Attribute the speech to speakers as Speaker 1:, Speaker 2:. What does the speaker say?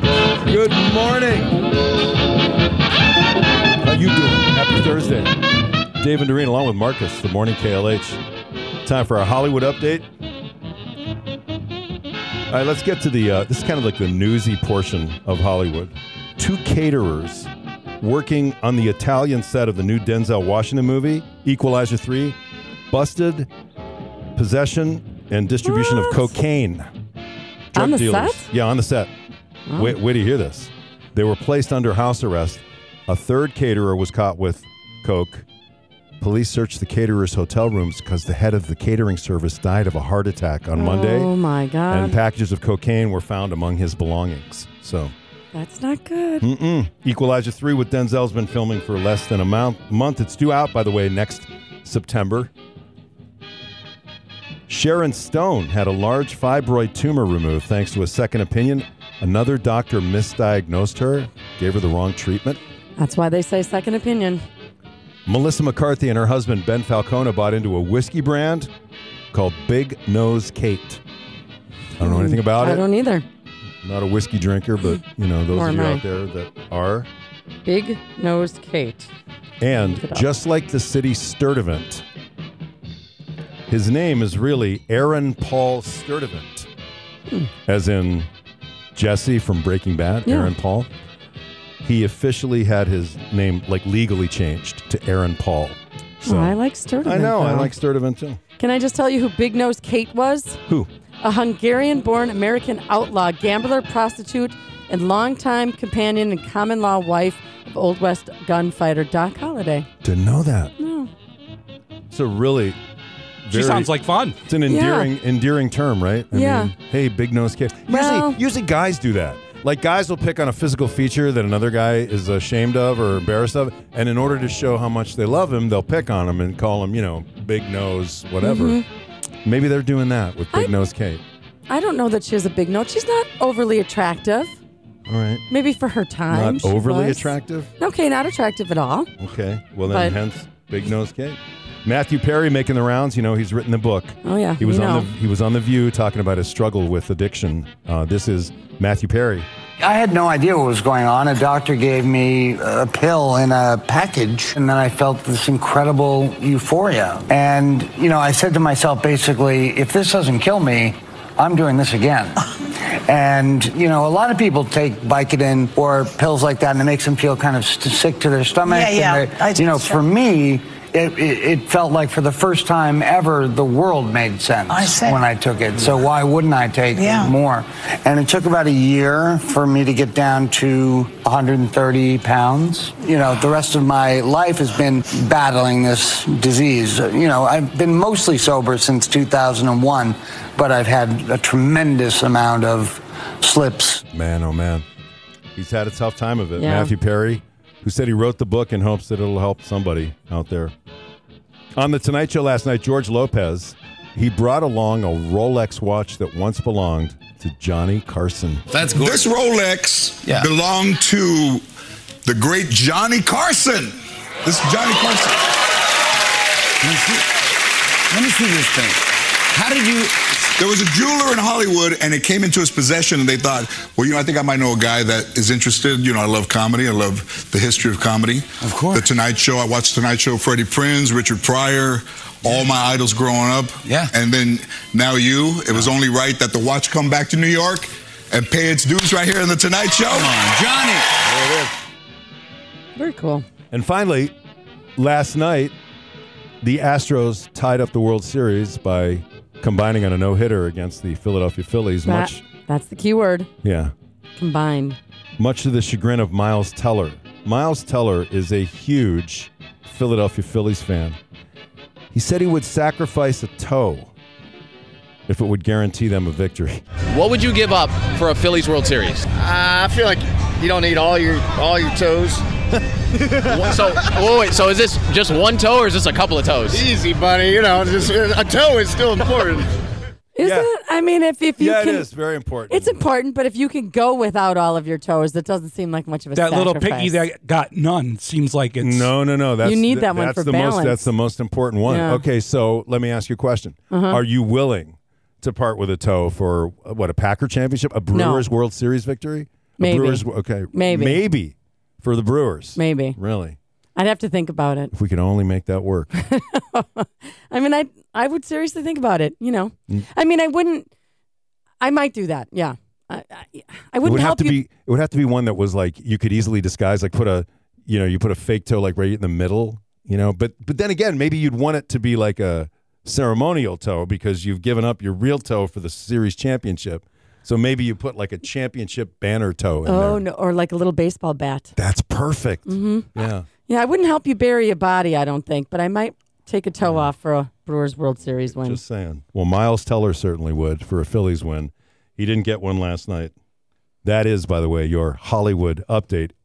Speaker 1: Good morning. How you doing? Happy Thursday. Dave and Doreen along with Marcus, the morning KLH. Time for our Hollywood update. All right, let's get to the, uh, this is kind of like the newsy portion of Hollywood. Two caterers working on the Italian set of the new Denzel Washington movie, Equalizer 3, busted possession and distribution of
Speaker 2: What?
Speaker 1: cocaine. Drug
Speaker 2: On the
Speaker 1: dealers.
Speaker 2: set? Oh.
Speaker 1: Yeah, on the set. Wait, wait to hear this. They were placed under house arrest. A third caterer was caught with coke. Police searched the caterer's hotel rooms because the head of the catering service died of a heart attack on Monday,
Speaker 2: Oh my
Speaker 1: and
Speaker 2: God.
Speaker 1: packages of cocaine were found among his belongings. So,
Speaker 2: That's not good.
Speaker 1: mm-mm. Equalizer 3 with Denzel's been filming for less than a month. month. It's due out, by the way, next September. Sharon Stone had a large fibroid tumor removed thanks to a second opinion. Another doctor misdiagnosed her, gave her the wrong treatment.
Speaker 2: That's why they say second opinion.
Speaker 1: Melissa McCarthy and her husband Ben Falcone bought into a whiskey brand called Big Nose Kate. I don't know anything about
Speaker 2: I
Speaker 1: it.
Speaker 2: don't either.
Speaker 1: Not a whiskey drinker, but you know those
Speaker 2: Nor
Speaker 1: of you
Speaker 2: am I.
Speaker 1: out there that are.
Speaker 2: Big nosed Kate. Look
Speaker 1: And
Speaker 2: it up.
Speaker 1: just like the city Sturtevant, his name is really Aaron Paul Sturtevant, as in Jesse from Breaking Bad,
Speaker 2: Hmm. Yeah.
Speaker 1: Aaron Paul. He officially had his name like legally changed to Aaron Paul. So
Speaker 2: Oh, I like Sturtevant.
Speaker 1: I know I
Speaker 2: though.
Speaker 1: like Sturtevant too.
Speaker 2: Can I just tell you who Big Nose Kate was?
Speaker 1: Who?
Speaker 2: A Hungarian born American outlaw, gambler, prostitute, and longtime companion and common law wife of Old West gunfighter Doc Holliday.
Speaker 1: Didn't know that.
Speaker 2: No.
Speaker 1: It's a really.
Speaker 3: She
Speaker 1: very-
Speaker 3: sounds like fun.
Speaker 1: It's an
Speaker 2: Yeah.
Speaker 1: endearing, endearing term, right? I
Speaker 2: Yeah.
Speaker 1: Mean, hey, big nose kid. Usually,
Speaker 2: Well-
Speaker 1: usually guys do that. Like guys will pick on a physical feature that another guy is ashamed of or embarrassed of, and in order to show how much they love him, they'll pick on him and call him, you know, big nose, whatever.
Speaker 2: Mm-hmm.
Speaker 1: Maybe they're doing that with big nose Kate.
Speaker 2: I don't know that she has a big nose. She's not overly attractive.
Speaker 1: All right.
Speaker 2: Maybe for her time.
Speaker 1: Not
Speaker 2: she
Speaker 1: overly
Speaker 2: was.
Speaker 1: attractive.
Speaker 2: Okay, not attractive at all.
Speaker 1: Okay. Well, then,
Speaker 2: But-
Speaker 1: hence big nose Kate. Matthew Perry making the rounds. You know, he's written the book.
Speaker 2: Oh, yeah,
Speaker 1: He was
Speaker 2: we
Speaker 1: on
Speaker 2: know.
Speaker 1: the he was on the View talking about his struggle with addiction. Uh, this is Matthew Perry.
Speaker 4: I had no idea what was going on. A doctor gave me a pill in a package, and then I felt this incredible euphoria. And, you know, I said to myself basically, if this doesn't kill me, I'm doing this again. And, you know, a lot of people take Vicodin or pills like that, and it makes them feel kind of st- sick to their stomach.
Speaker 5: Yeah,
Speaker 4: and
Speaker 5: yeah.
Speaker 4: they-
Speaker 5: I
Speaker 4: you know,
Speaker 5: just-
Speaker 4: for me, it, it, it felt like for the first time ever, the world made sense
Speaker 5: I see.
Speaker 4: when I took it. So why wouldn't I take
Speaker 5: Yeah.
Speaker 4: more. And it took about a year for me to get down to 130 pounds. You know, the rest of my life has been battling this disease. You know, I've been mostly sober since 2001, but I've had a tremendous amount of slips.
Speaker 1: Man, oh man. He's had a tough time of it.
Speaker 2: Yeah.
Speaker 1: Matthew Perry, who said he wrote the book in hopes that it'll help somebody out there. On the Tonight Show last night, George Lopez, he brought along a Rolex watch that once belonged to Johnny Carson.
Speaker 6: That's good.
Speaker 7: This Rolex
Speaker 6: Yeah.
Speaker 7: belonged to the great Johnny Carson. This is Johnny Carson.
Speaker 6: Let me see, let me see this thing. How did you?
Speaker 7: There was a jeweler in Hollywood, and it came into his possession, and they thought, well, you know, I think I might know a guy that is interested. You know, I love comedy. I love the history of comedy.
Speaker 6: Of course.
Speaker 7: The Tonight Show. I watched Tonight Show, Freddie Prinz, Richard Pryor, all my idols growing up.
Speaker 6: Yeah.
Speaker 7: And then now you. It was only right that the watch come back to New York and pay its dues right here in the Tonight Show.
Speaker 6: Come on, Johnny.
Speaker 2: Very cool.
Speaker 1: And finally, last night, the Astros tied up the World Series by combining on a no hitter against the Philadelphia Phillies.
Speaker 2: That,
Speaker 1: Much,
Speaker 2: that's the key word.
Speaker 1: yeah.
Speaker 2: Combined.
Speaker 1: much to the chagrin of Miles Teller. Miles Teller is a huge Philadelphia Phillies fan. He said he would sacrifice a toe if it would guarantee them a victory.
Speaker 8: What would you give up for a Phillies World Series?
Speaker 9: Uh, I feel like you don't need all your all your toes.
Speaker 8: So, wait, wait, so is this just one toe or is this a couple of toes?
Speaker 9: Easy, buddy. You know, just a toe is still important.
Speaker 2: Is
Speaker 1: Yeah.
Speaker 2: it? I mean, if, if you
Speaker 1: yeah,
Speaker 2: can.
Speaker 1: it is very important.
Speaker 2: It's important, but if you can go without all of your toes, that doesn't seem like much of a
Speaker 3: That little
Speaker 2: sacrifice.
Speaker 3: piggy that got none seems like it's
Speaker 1: no, no, no. That's
Speaker 2: You need
Speaker 1: th-
Speaker 2: that one
Speaker 1: that's
Speaker 2: for
Speaker 1: the Most,
Speaker 2: balance.
Speaker 1: that's the most important one.
Speaker 2: Yeah. Uh-huh.
Speaker 1: Okay, so let me ask you a question: Are you willing to part with a toe for uh, what a Packer championship, a Brewers World Series victory? A
Speaker 2: Maybe.
Speaker 1: Brewers, okay.
Speaker 2: Maybe.
Speaker 1: Maybe for the Brewers.
Speaker 2: Maybe.
Speaker 1: Really.
Speaker 2: I'd have to think about it.
Speaker 1: If we could only make that work.
Speaker 2: I mean, I I would seriously think about it. You know,
Speaker 1: Mm.
Speaker 2: I mean, I wouldn't. I might do that. Yeah, I I, I
Speaker 1: it
Speaker 2: wouldn't
Speaker 1: would have
Speaker 2: help
Speaker 1: to
Speaker 2: you.
Speaker 1: be it would have to be one that was like you could easily disguise like put a you know you put a fake toe like right in the middle you know but but then again maybe you'd want it to be like a ceremonial toe because you've given up your real toe for the series championship so maybe you put like a championship banner toe in
Speaker 2: oh Mm-hmm.
Speaker 1: there.
Speaker 2: no, or like a little baseball bat.
Speaker 1: that's perfect yeah
Speaker 2: Yeah, I wouldn't help you bury a body. I don't think, but I might take a toe off for a Brewers World Series win.
Speaker 1: just saying well miles teller certainly would for a phillies win he didn't get one last night that is by the way your hollywood update